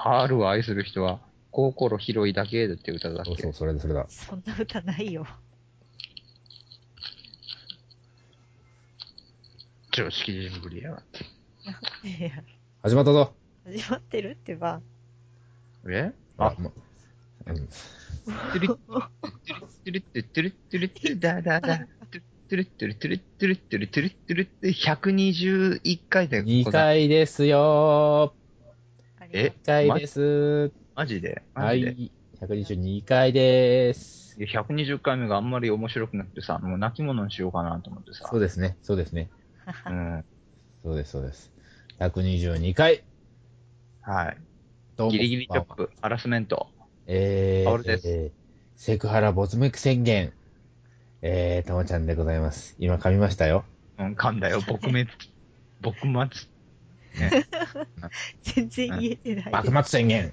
春を愛する人は、心広いだけでって歌だっそうそけう、それだ、それだ。そんな歌ないよ。常識人ぶりやがって。いや、始まったぞ。始まってるってば。えあ、まうん、トゥルッ、トゥルッ、トゥルッ、トゥルッ、トゥルッ、トゥルッ、ダダダ、トゥルッ、トゥルッ、トゥルッ、トゥルッ、トゥルッ、トゥルッ、トゥルッ、って121回で2ござい回ですよありえがとー。2回です。マジでマはジでい。122回です。で ?120 回目があんまり面白くなくてさ、もう泣き物にしようかなと思ってさ。そうですね。そうですね。う。ん。そうです、そうです。122回。はい。どうもギリギリチョッこんばんはプ、ハラスメント。えー、薫ですえーセクハラ没目宣言。えー、ともちゃんでございます。今噛みましたよ。うん、噛んだよ。撲滅。撲末。全然言えてない幕です。末宣言。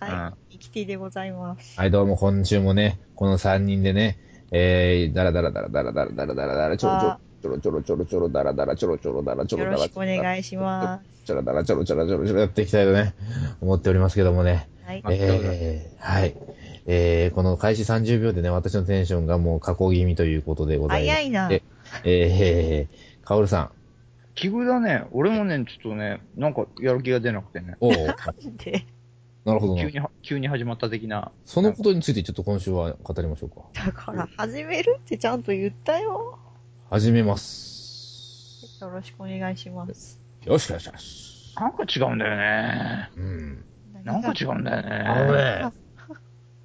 はい。イキティでございます。はい、どうも今週もね、この3人でね、えー、だらだらだらだらだらだらだらだら、ちょろちょろちょろちょろちょろだらだらちょろちょろだらちょろよだろらしくお願いしまちょろだらちょろちょろちょろちょろやっていきたいとね、思っておりますけどもね。す。はいま。あえー、はい。えー、この開始30秒でね、私のテンションがもう加工気味ということでございます。早いな。ええー、カオルさん。奇遇だね。俺もね、ちょっとね、なんかやる気が出なくてね。おおなんで、なるほど急な。には、急に始まった的な。そのことについてちょっと今週は語りましょうか。だから、始めるってちゃんと言ったよ。始めます。よろしくお願いします。よしよしよし。なんか違うんだよね。うん。なんか違うんだあよのね。ね、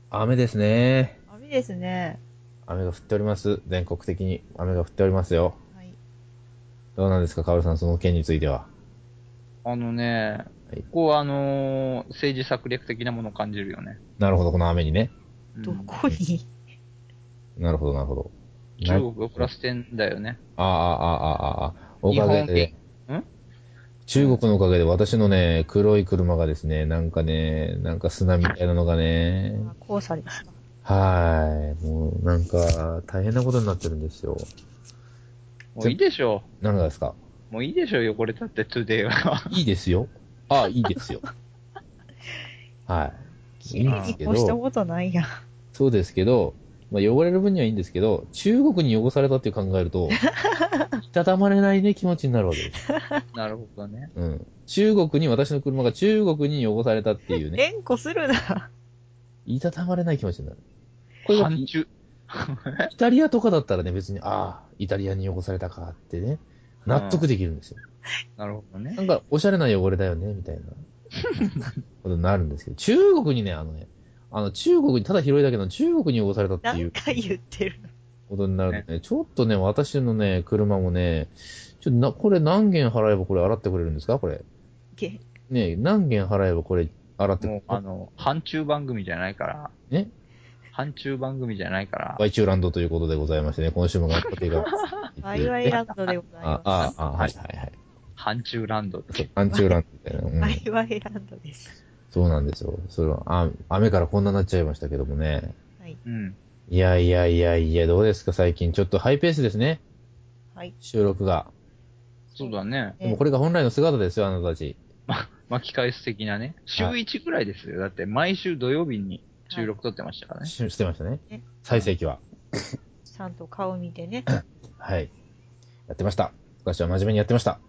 雨ですね。ダメですね。雨が降っております。全国的に雨が降っておりますよ。はい。どうなんですか、カオルさん、その件については。あのねはい、ここはあのー政治策略的なものを感じるよね。なるほど、この雨にね。うんどこになるほど、なるほど。中国がプラス点だよね。ああ、ああ、ああ、ああ。おかげで日。本ん中国のおかげで私のね、黒い車がですね、なんかね、なんか砂みたいなのがね、あ黄砂ですか。はーい。もう、なんか、大変なことになってるんですよ。もういいでしょ何がですかう。もういいでしょう、汚れたって、トゥデイは。 いいですよ。ああ、いいですよ。はい。い綺い麗んですにけ越したど、ことないやん。そうですけど、まあ、汚れる分にはいいんですけど、中国に汚されたって考えると、いたたまれないね、気持ちになるわけです。なるほどね。うん。中国に、私の車が中国に汚されたっていうね、連呼するな。いたたまれない気持ちになる。これが反中。イタリアとかだったらね、別に、ああ、イタリアに汚されたかってね、納得できるんですよ。なるほどねな。んか、おしゃれな汚れだよね、みたいなことになるんですけど、中国にね、あのね、あの、中国に、ただ広いだけの中国に汚されたってないんうか言ってる。ことになるとね、ちょっとね、私のね、車もね、ちょっとな、これ何件払えばこれ洗ってくれるんですかこれ。げね何件払えばこれ洗ってくれもうる、あの、反中番組じゃないから。え反中番組じゃないから。ワイチューランドということでございましてね、今週も頑張っていか ワイワイランドでございあまあ、ああ、はいはいはい。反中ランドって。アンチューランドみたいす。な。ワうんイワイランドです。そうなんですよ。それは、あ雨からこんなになっちゃいましたけどもね。はい。うん。いやいやいやいや、どうですか最近。ちょっとハイペースですね。はい。収録が。そうだね。でもこれが本来の姿ですよ、あなたたち。巻き返す的なね。週は1ぐらいですよ。だって毎週土曜日に収録撮ってましたからね。ししてましたねね。最盛期は。ちゃんと顔見てね。はい。やってました。昔は真面目にやってました。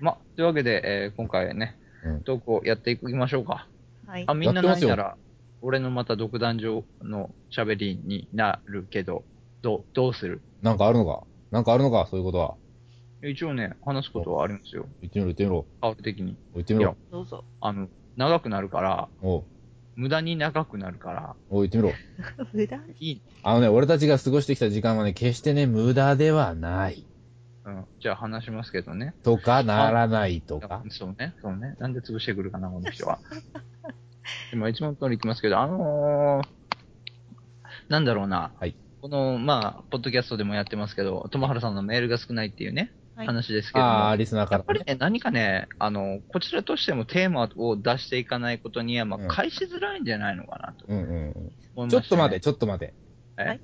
ま、というわけで、えー今回ねうん、トークをやっていきましょうか。はいあ、。みんなやっ泣ていますよたら、俺のまた独壇場の喋りになるけど、どう、どうするなんかあるのかなんかあるのかそういうことは。一応ね、話すことはありますよ。言ってみろ、言ってみろ。顔的に。言ってみろ。どうぞ。あの、長くなるから、おう、無駄に長くなるから、おう、言ってみろ。無駄にいい。あのね、俺たちが過ごしてきた時間はね、決してね、無駄ではない。うん。じゃあ話しますけどね。とか、ならないとか。そうね、そうね。なんで潰してくるかな、この人 は。今、一問通りいきますけど、あのー、なんだろうな。はいこの、まあ、ポッドキャストでもやってますけど、友原さんのメールが少ないっていうね、はい話ですけども。ああ、リスナーかやっらぱねり。ね、何かね、あの、こちらとしてもテーマを出していかないことには、まうんあ、返しづらいんじゃないのかなとうんうんうん。思いまちす、ょっと待て、ちょっと待て。えはい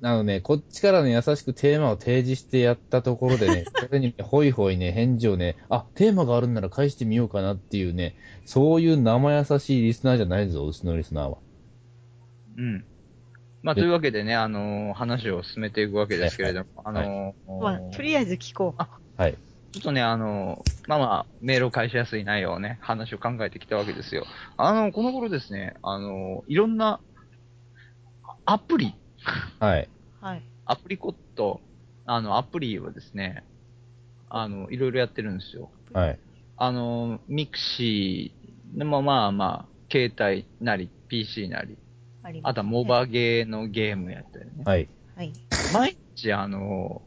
あのね、こっちからね、優しくテーマを提示してやったところで ね、それにねほいほいね、返事をね、あ、テーマがあるんなら返してみようかなっていうね、そういう生優しいリスナーじゃないぞ、うちのリスナーは。うん。まあ、というわけでね、あのー話を進めていくわけですけれども、あのーまあ、とりあえず聞こう。ちょっとね、あのーまあまあ、メールを返しやすい内容をね、話を考えてきたわけですよ。あのーこの頃ですね、あのーいろんな、アプリ、はい。はい。アプリコット、あの、アプリをですね、あの、いろいろやってるんですよ。はい。あの、ミクシーでもまあまあ、携帯なり、PC なり、ありますあとはモバゲーのゲームやったりね。はい。はい。毎日あの、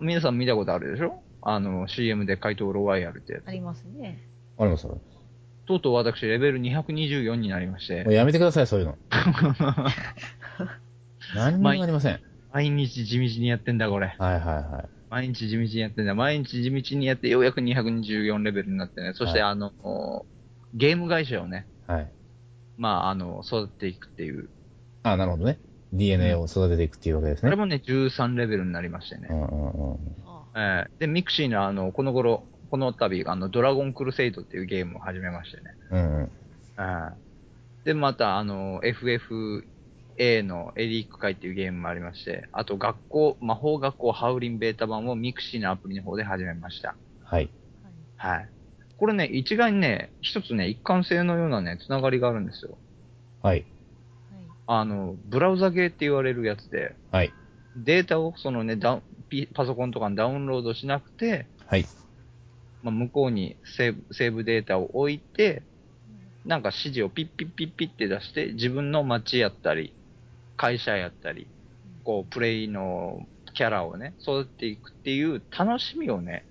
皆さん見たことあるでしょあの、CM で怪盗ロワイヤルってやつ。ありますね。あります、ありまとうとう私、レベル224になりましす。もうて、やめてください、そう いうの。何にもありません。毎日地道にやってんだ、これ。はいはいはい。毎日地道にやってんだ。毎日地道にやって、ようやく224レベルになってね。そして、はあの、おゲーム会社をね、はい。まあ、あの、育てていくっていう。あ、なるほどね。DNA を育てていくっていうわけですこれね。もね、13レベルになりましてね。うんうんうん。ああえーで、ミクシーのあの、この頃、この度、あの、ドラゴンクルセイドっていうゲームを始めましてね。うんうん。うんで、また、あの、FFA のエリーク会っていうゲームもありまして、あと、学校、魔法学校ハウリンベータ版をミクシーのアプリの方で始めました。はい。はいはい。これね、一概にね、一つね、一貫性のようなね、つながりがあるんですよ。はい。はい。あの、ブラウザゲーって言われるやつで、はい。データをそのね、ダウンピパソコンとかにダウンロードしなくて、はい。まあ、向こうにセーブセーブデータを置いて、なんか指示をピッピッピッピッって出して、自分の街やったり、会社やったり、こう、プレイのキャラをね、育てていくっていう楽しみをね、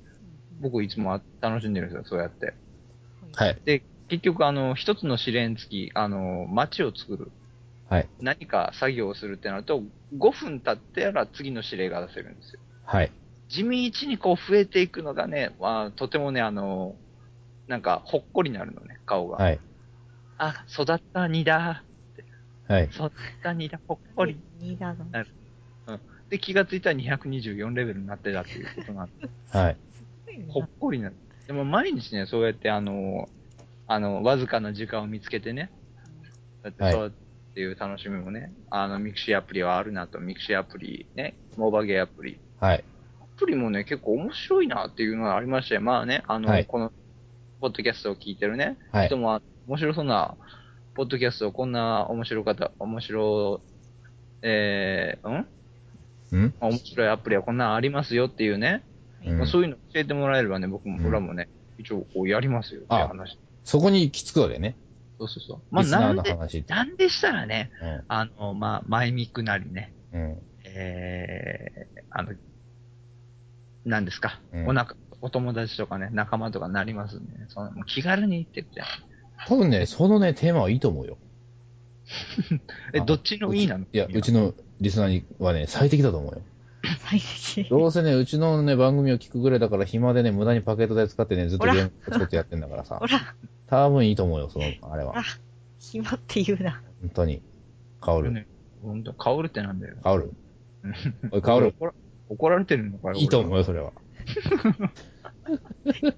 僕いつもあ楽しんでるんですよ、そうやって。はいい。で、結局、あの、一つの試練付き、あの、街を作る。はい。何か作業をするってなると、5分経ったら次の指令が出せるんですよ。はい。地道にこう増えていくのがね、まあ、とてもね、あの、なんか、ほっこりなるのね、顔が。はい。あ、育ったにだ、はい。育ったにだ、ほっここれり。、 2だの。で、気がついたら224レベルになってたっていうことなんで、はい。ほっこりなる。でも毎日ね、そうやってあの、あの、わずかな時間を見つけてね、だってはいそうっていう楽しみもね、あの、ミクシーアプリはあるなと、ミクシーアプリ、ね、モバゲーアプリ、はい。アプリもね、結構面白いなっていうのがありまして、まあね、あの、はいこの、ポッドキャストを聞いてるね、はい人。も、あ面白そうな、ポッドキャストをこんな面白かった、面白、えー、んうん面白いアプリはこんなんありますよっていうね、うんまあ、そういうの教えてもらえればね、僕も、うん僕らもね、一応こうやりますよっていう話。そこに行き着くわけね。そうそうそう。まあリスナなーんので、話って。なんでしたらね、あの、まあ、マイミクなりね、うん。うん。えー、あの、なんですか、うんおなか、お友達とかね、仲間とかになりますんでね、そのもう気軽に行ってって。多分ね、そのね、テーマはいいと思うよ。え、あどっちのいいなのいや、うちのリスナーにはね、最適だと思うよ。最適。どうせね、うちのね、番組を聞くぐらいだから暇でね、無駄にパケット代使ってね、ずっとほらゲーム作ってやってんだからさほ。ら、多分いいと思うよ、その、あれほはら。、暇って言うな。本当に。カオル。ねほんと、カオルってなんだよ。カオ ルうん。おい、カオル。怒ら怒られてるのかよ。いいと思うう。よ、それは。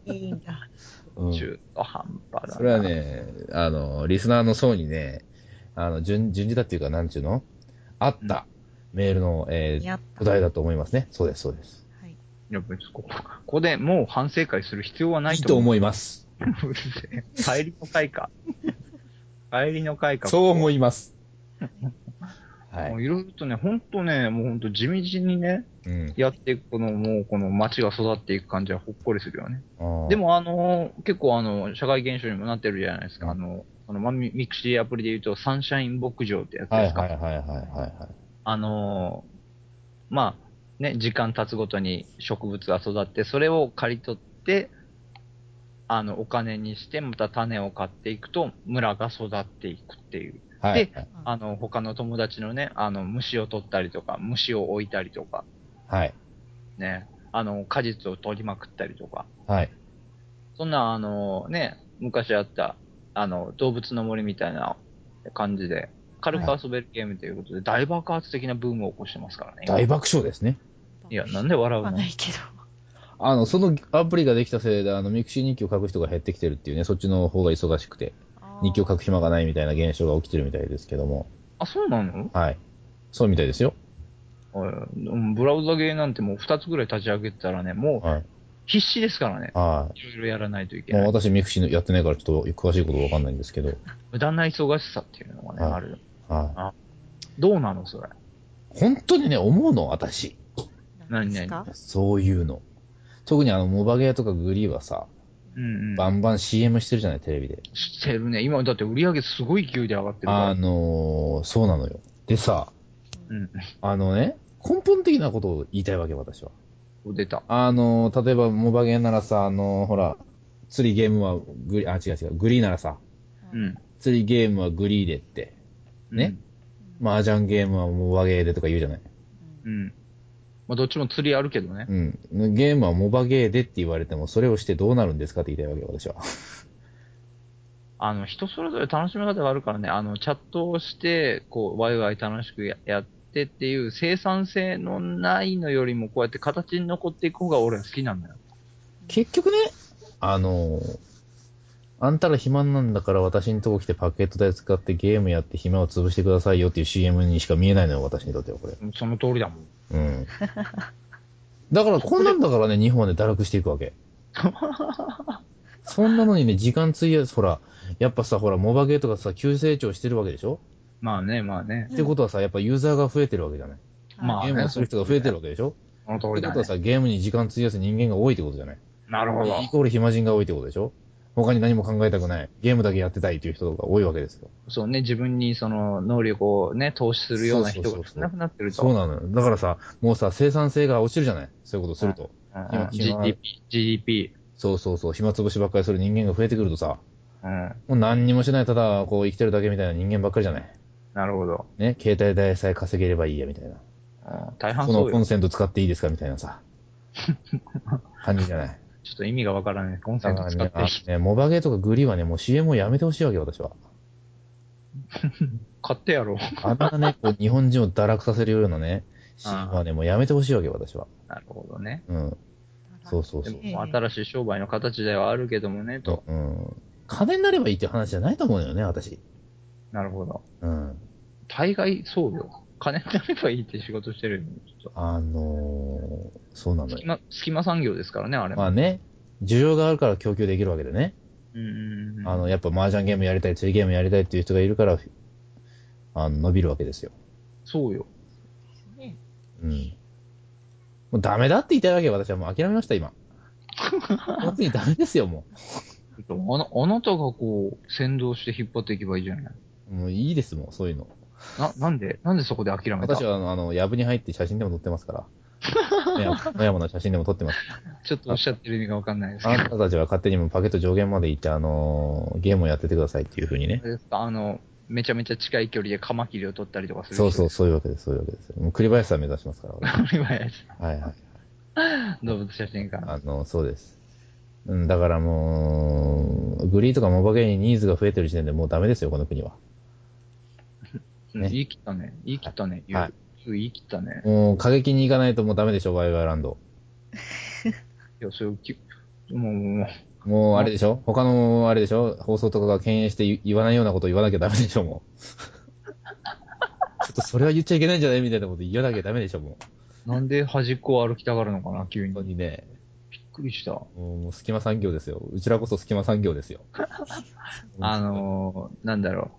いいんだ。うん。そ中途半端だな。れは。ね、あの、リスナーの層にね、あの、順、順次だっていうか、なんちゅうのあった、メールの、えー、やった。答えだと思いますね。そうです、そうです。はい。いや、別にここ、ここでもう反省会する必要はないいいとと思う。思います。うるせえ 帰りの会 か。帰りの会か。そう思 います。はもうい。いろいろとね、ほんとね、もうほんと地道にね、うん。やっていく、この、もう、この街が育っていく感じはほっこりするよね。あーで、も、あのー、結構、あの、社会現象にもなってるじゃないですか。あの、その、まあミミクシーアプリで言うと、サンシャイン牧場ってやつはでいすか。はいはいはいはいはい。あのー、まあ、ね、時間経つごとに植物が育って、それを刈り取って、あの、お金にして、また種を買っていくと、村が育っていくっていう。はい。あの、他の友達のね、あの、虫を取ったりとか、虫を置いたりとか、はい。ね、あの、果実を取りまくったりとか。はい。そんな、あの、ね、昔あった、あの、動物の森みたいな感じで、軽く遊べるゲームということで、大爆発的なブームを起こしてますからね。大爆笑ですね。いや、なんで笑うわのないけど。あの、そのアプリができたせいで、あの、ミクシー日記を書く人が減ってきてるっていうね、そっちの方が忙しくて、日記を書く暇がないみたいな現象が起きてるみたいですけども、あ、そうなのはい。そうみたいですよ。はいうんブラウザゲーなんてもう2つぐらい立ち上げてたらね、もうはい。必死ですからね。はいろいろやらないといい。けもうない。私、ミクシーのやってないから、ちょっと詳しいことわかんないんですけど、無駄な忙しさっていうのがね、はいある。はどうなのそれ。い。本当にね、思うの、私。なんですかそういうの。特にあの、モバゲーとかグリーはさ、うんうバん。ンバン CM してるじゃない、テレビで。してるね。今だって売り上げすごい勢いで上がってるから。あのー、そうなのよ。でさ、うん。あのね、根本的なことを言いたいわけ、私は。出た。あのー、例えば、モバゲーならさ、あのー、ほら、釣りゲームはグリ、あ、違う違う、グリーならさ、うん。釣りゲームはグリーでって、ね麻雀ゲームはモバゲーでとか言うじゃない。うん。うん。まあ、どっちも釣りあるけどね。うん。ゲームはモバゲーでって言われても、それをしてどうなるんですかって言いたいわけ、私は。あの、人それぞれ楽しみ方があるからね、あの、チャットをして、こう、ワイワイ楽しくややってっていう、生産性のないのよりも、こうやって形に残っていく方が俺は好きなんだよ。 結局ね、あのー、あんたら暇なんだから私んとこ来てパケット代使ってゲームやって暇を潰してくださいよっていう CM にしか見えないのよ、私にとってはこれ。その通りだもん。 うん。だから、こんなんだからね、日本はね、堕落していくわ け。そんなのにね、時間費やす、ほら、やっぱさ、ほら、モバゲーとかさ、急成長してるわけでしょ、まあね、まあね。ってことはさ、やっぱユーザーが増えてるわけじゃない。まあねゲームをする人が増えてるわけでしょ、その通ってりだこねとは。さ、ゲームに時間費やす人間が多いってことじゃない。なるほどイ。コール暇人が多いってことでしょ他に何も考えたくない。ゲームだけやってたいという人が多いわけですよ。そうね、自分にその能力をね、投資するような人そうそうがそ少うそうなくなってると。そうなのよ。だからさ、もうさ、生産性が落ちるじゃないそういうことすると。うんうん GDP、GDP。そうそうそう。暇つぶしばっかりする人間が増えてくるとさ、うん。もう何にもしない、ただ、こう、生きてるだけみたいな人間ばっかりじゃない。なるほど。ね、携帯代さえ稼げればいいや、みたいな。うん大半こそのうコよ。ンセント使っていいですか、みたいな さ。感じじゃない。ちょっと意味がわからない。コンセだンかト使らねっ、あてのねモバゲーとかグリーはね、もう CM をやめてほしいわけよ、私は。買ってやろう。あんなね、こう、日本人を堕落させるようなね、CM はね、もうやめてほしいわけよ、私は。なるほどね。うん。そうそうでそう。も新しい商売の形ではあるけどもね、と。うん。金になればいいっていう話じゃないと思うのよね、私。なるほど。うん。大概そうよ。金になればいいって仕事してるよねちょっあのー、そうなとの隙よ。間隙間産業ですからね、あれも。まあね、需要があるから供給できるわけでね。うんうんうんあの、やっぱ麻雀ゲームやりたい、釣りゲームやりたいっていう人がいるから、あの、伸びるわけですよ。そうよ。ね うん。もうダメだって言いたいわけよ、私はもう諦めまし た、今。本当にダメですよ、もあの、あなたがこう、先導して引っ張っていけばいいじゃない。う。もういいですもん、そういうの。な、なんで、なんでそこで諦めた私はあの、あの、やぶに入って写真でも撮ってま すから。野山野山の写真でも撮ってます。ちょっとおっしゃってる意味がわかんないですあけなたたちは勝手にもうパケット上限まで行って、あのーゲームをやっててくださいっていう風にね。ど、ですかあの、めちゃめちゃ近い距離でカマキリを取ったりとかする。そうそう、。そういうわけです、そういうわけです。もう栗林さん目指しますから、俺はいはい。 動物写真家。あの、そうです。うん、だからもう、グリーとかモバゲーにニーズが増えてる時点でもうダメですよ、この国は。ね言い切ったね。言い切ったね。言うはい言い切ったね。もう過激に行かないともうダメでしょ、ワイワイランド。いや、それをき、もう、もう、もうあれでしょ他のあれでしょ放送とかが敬遠して言言わないようなこと言わなきゃダメでしょ、もう。 ちょっとそれは言っちゃいけないんじゃないみたいなこと言わなきゃダメでしょ、もう。なんで端っこを歩きたがるのかな、急に。本当びっにね、くりした。もうもう隙間産業ですよ。うちらこそ隙間産業 ですよ。あのー、なんだろう。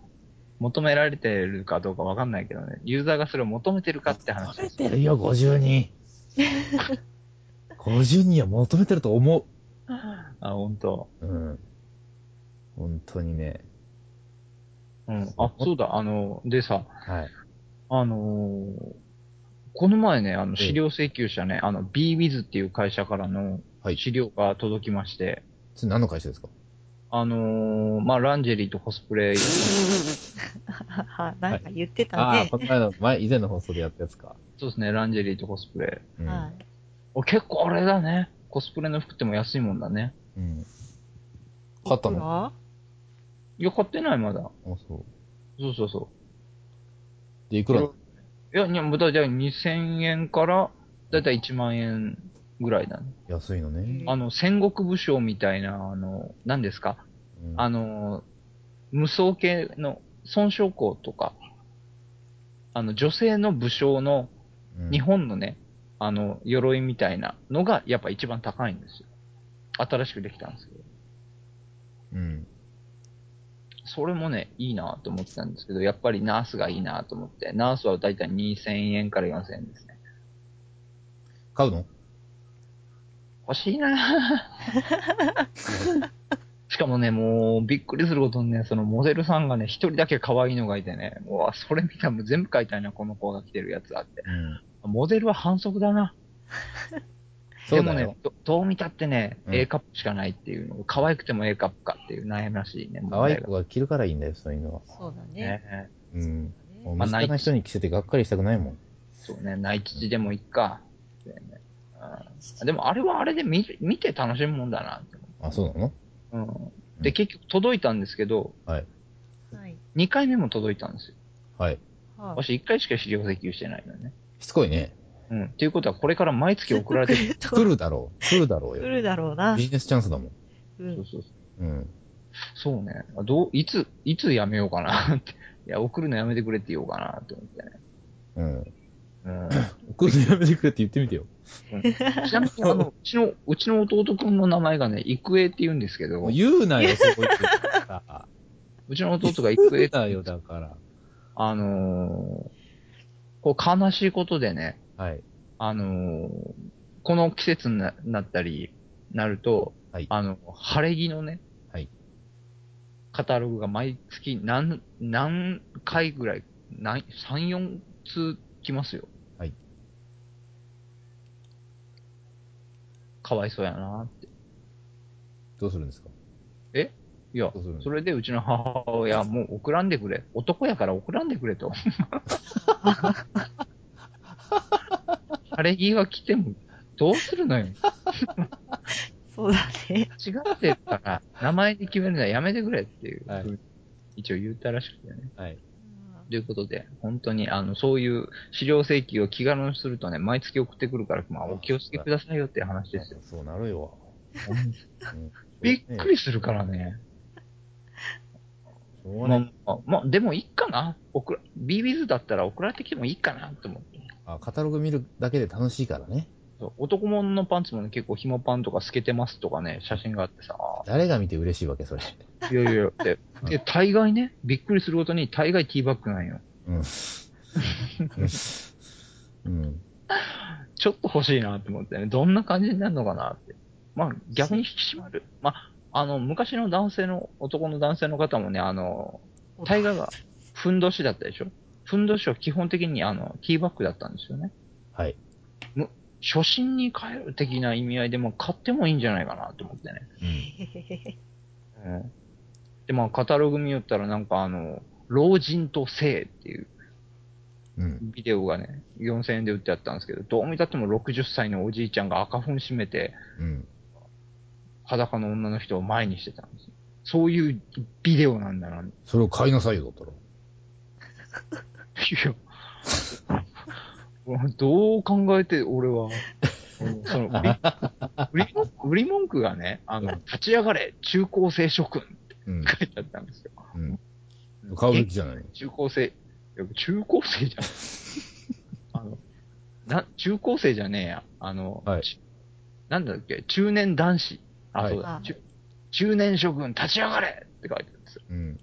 求められてるかどうかわかんないけどね。ユーザーがそれを求めてるかって話求でめす。てるよ、50人。50人は求めてると思う。あ、本当。うん。本当にね。うん。あ、そうだ。あの、でさ、はい。あのーこの前ね、あの、資料請求者ね、あの、BWiz っていう会社からのはい資料が届きまして、それ何の会社ですかあのーまあ、ランジェリーとコスプレ、はいなんか言ってたああ、ね。この前の、前、以前の放送でやったやつか。そうですね、ランジェリーとコスプレ。うん。はいお結構あれだね。コスプレの服っても安いもんだね。うん。買ったいくのあ、らいや、買ってない、まだ。そう。そうそうそで、いくらいや、いや、もうだじゃあ2000円から、だいたい1万円ぐらいだね。安いのね。あの、戦国武将みたいな、あの、何ですかうんあの、無双系の孫将校とか、あの、女性の武将のうん日本のね、あの、鎧みたいなのがやっぱ一番高いんですよ。新しくできたんですけど。うん。それもね、いいなと思ってたんですけど、やっぱりナースがいいなと思って、ナースはだいたい2000円から4000円ですね。買うの欲しい なしかもね、もう、びっくりすることにね、そのモデルさんがね、一人だけ可愛いのがいてね、うわ、それ見たらもう全部買いたいな、この子が着てるやつあって。うん。モデルは反則だな。そでうもだよね。ど、どう見たってね、うん A カップしかないっていうの、可愛くても A カップかっていう悩ましいね、可愛い問題子が着るからいいんだよ、そういうのは。そうだがね。ね。うん。もうまあ身近な人に着せてがっかりしたくないもん。そうね、内地でもいっか。ってねうんでもあれはあれで見見て楽しむもんだなってあ、そうなの思う、うん、うで、ん結局届いたんですけど、はい。 2回目も届いたんですよ。はい。は私1回しか資料請求してないのね。しつこいね。 うん。っていうことは、これから毎月送られて くる。い。来来るだろう。来るだろう よ。るだろうなビ。ジネスチャンスだもん。う。そうんそうそううん。そうね。どう、いつ、いつやめようかなって。 いや、送るのやめてくれって言おうかなって思ってね。うん。うん。送るのやめてくれって言ってみ てよ。ちなみに、あ の、うちの、うちの弟くんの名前がね、育英って言うんですけどもう、言うなよ、そこ行って さ。うちの弟が育英言うなよ、だから。あのーこう悲しいことでね、はい。あのーこの季節にななったり、なると、はいあの、晴れ着のね、はいカタログが毎月何、何回ぐらい、何、3、4通来ますよ。はいかわいそうやなって。どうするんですかいやどうするん、ですそれでうちの母親もう送らんでくれ。男やから送らんでく れと。 晴れ着が来ても、どうするのよ。そうだね。違ってる から、名前で決めるのはやめてくれっていう、はい一応言ったらしくてね。はい。ということで、本当に、あの、そういう資料請求を気軽にするとね、毎月送ってくるから、まあ、お気をつけくださいよっていう話ですよ。そうな るよ。うんびっくりするからね。しょうがまなあい、まあ、まあでもいいかな。送ら、ビビズだったら送られてきてもいいかなと思って。あ、カタログ見るだけで楽しいからね。そう男物のパンツもね、結構紐パンとか透けてますとかね、写真があってさ、誰が見て嬉しいわけ、それ。いやいやいや、 で、で大概ね、びっくりすることに大概ティーバッグなんよ。うん。うん。ちょっと欲しいなと思ってね、どんな感じになるのかなって。まあ、逆に引き締まる。まあ、あの、昔の男性の、男の男性の方もね、あの、大概がふんどしだったでしょふんどしは基本的にあの、ティーバッグだったんですよね。はい。初心に変える的な意味合いでも買ってもいいんじゃないかなと思ってね。うん。うんで、まあ、カタログ見よったら、なんかあの、老人と性っていううん。ビデオがね、4000円で売ってあったんですけど、どう見たっても60歳のおじいちゃんが赤粉締めて、うん。裸の女の人を前にしてたんですよ。そういうビデオなんだな。 いそれを買いなさいよ、だったら。や、俺どう考えて、俺は。その売り売り文売り文句がね、あの、立ち上がれ、中高生諸君ってうん。書いてあったんですよ。うん。買うべきじゃないの。中高生、いや中高生じゃん。 あの、な、中高生じゃねえや。あの、はいちなんだっけ、中年男子。あ、はいそうだあ。中中年諸君立ち上がれって書いてあるんですよ。うん。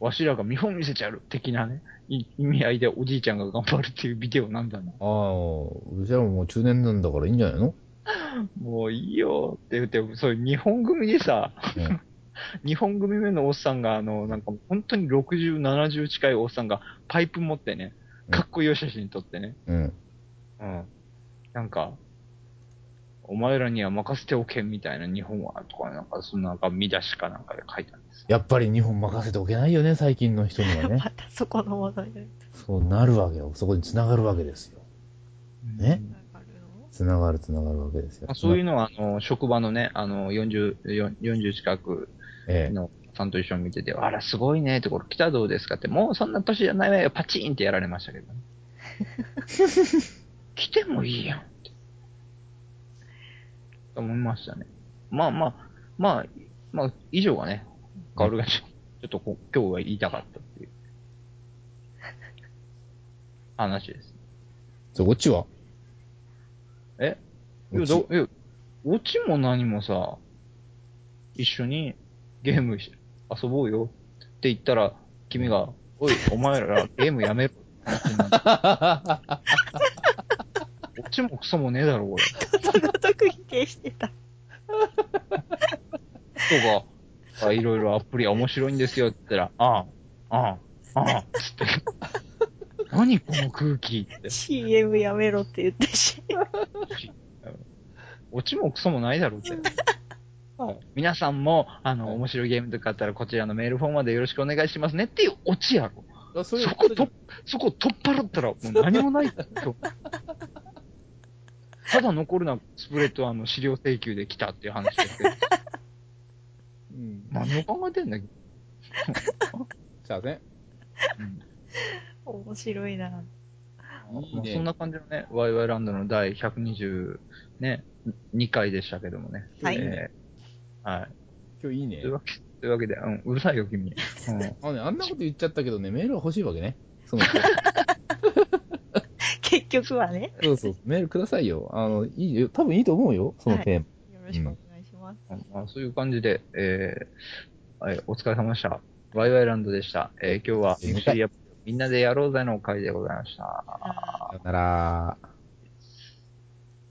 わしらが見本見せちゃう的なね、い意味合いでおじいちゃんが頑張るっていうビデオなんだな。ああ、うちらももう中年なんだからいいんじゃないのもういいよって言って、そういう日本組でさ、うん 日本組目のおっさんが、あの、なんか本当に60、70近いおっさんがパイプ持ってね、かっこいいお写真撮ってね、うん。うん。なんか、お前らには任せておけみたいな日本は、とか、なんか、そんななんか見出しかなんかで書いたんですよ。やっぱり日本任せておけないよね、最近の人には ね。またそこの話題で。そうなるわけよ。そこに繋がるわけですよ。ねうんわかるの繋がる、繋がるわけですよまあ、。そういうのは、あの、職場のね、あの、40、40近くええのさんと一緒に見てて、あら、すごいねって、これ来たらどうですかって、もうそんな年じゃないわよ、パチンってやられましたけどね。来てもいいやんって。思いましたね。まあまあ、まあ、まあ、以上がね、カオルがちょちょっとこ今日は言いたかったっていう話です。じゃあ、オチはえいオや、チど、いや、オチも何もさ、一緒にゲームし遊ぼうよって言ったら、君が、おい、お前らゲームやめろ。オチもクソもねえだろ、これ。その時否定してた。とか、あいろいろアプリ面白いんですよって言ったら、ああ、ああ、ああ、つって。何この空気って。 CM やめろって言ったし。オチもクソもないだろうって。はい皆さんも、あの、面白いゲームとかあったら、こちらのメールフォームまでよろしくお願いしますねっていうオチやろ。あ、そそれこ取っ、そこ取っ払ったら、もう何もない。そうただ残るのは、スプレッドはあの、資料請求で来たっていう話ですけど、うん。何を考えてんだじゃあね。面白いな。いいねそんな感じのね、ワイワイランドの第122ね、2回でしたけどもね。はいえーはい。今日いいねという。わけというわけで、うん、うるさいよ、君。うんあのね、あんなこと言っちゃったけどね、メールは欲しいわけね。その、結局はね。そうそう、メールくださいよ。あの、いいよ。多分いいと思うよ、そのテーマ。よろしくお願いします。まあ、そういう感じで、えーはい、お疲れ様でした。ワイワイランドでした。えー今日はミクシィアップみんなでやろうぜの会でございました。さよなら。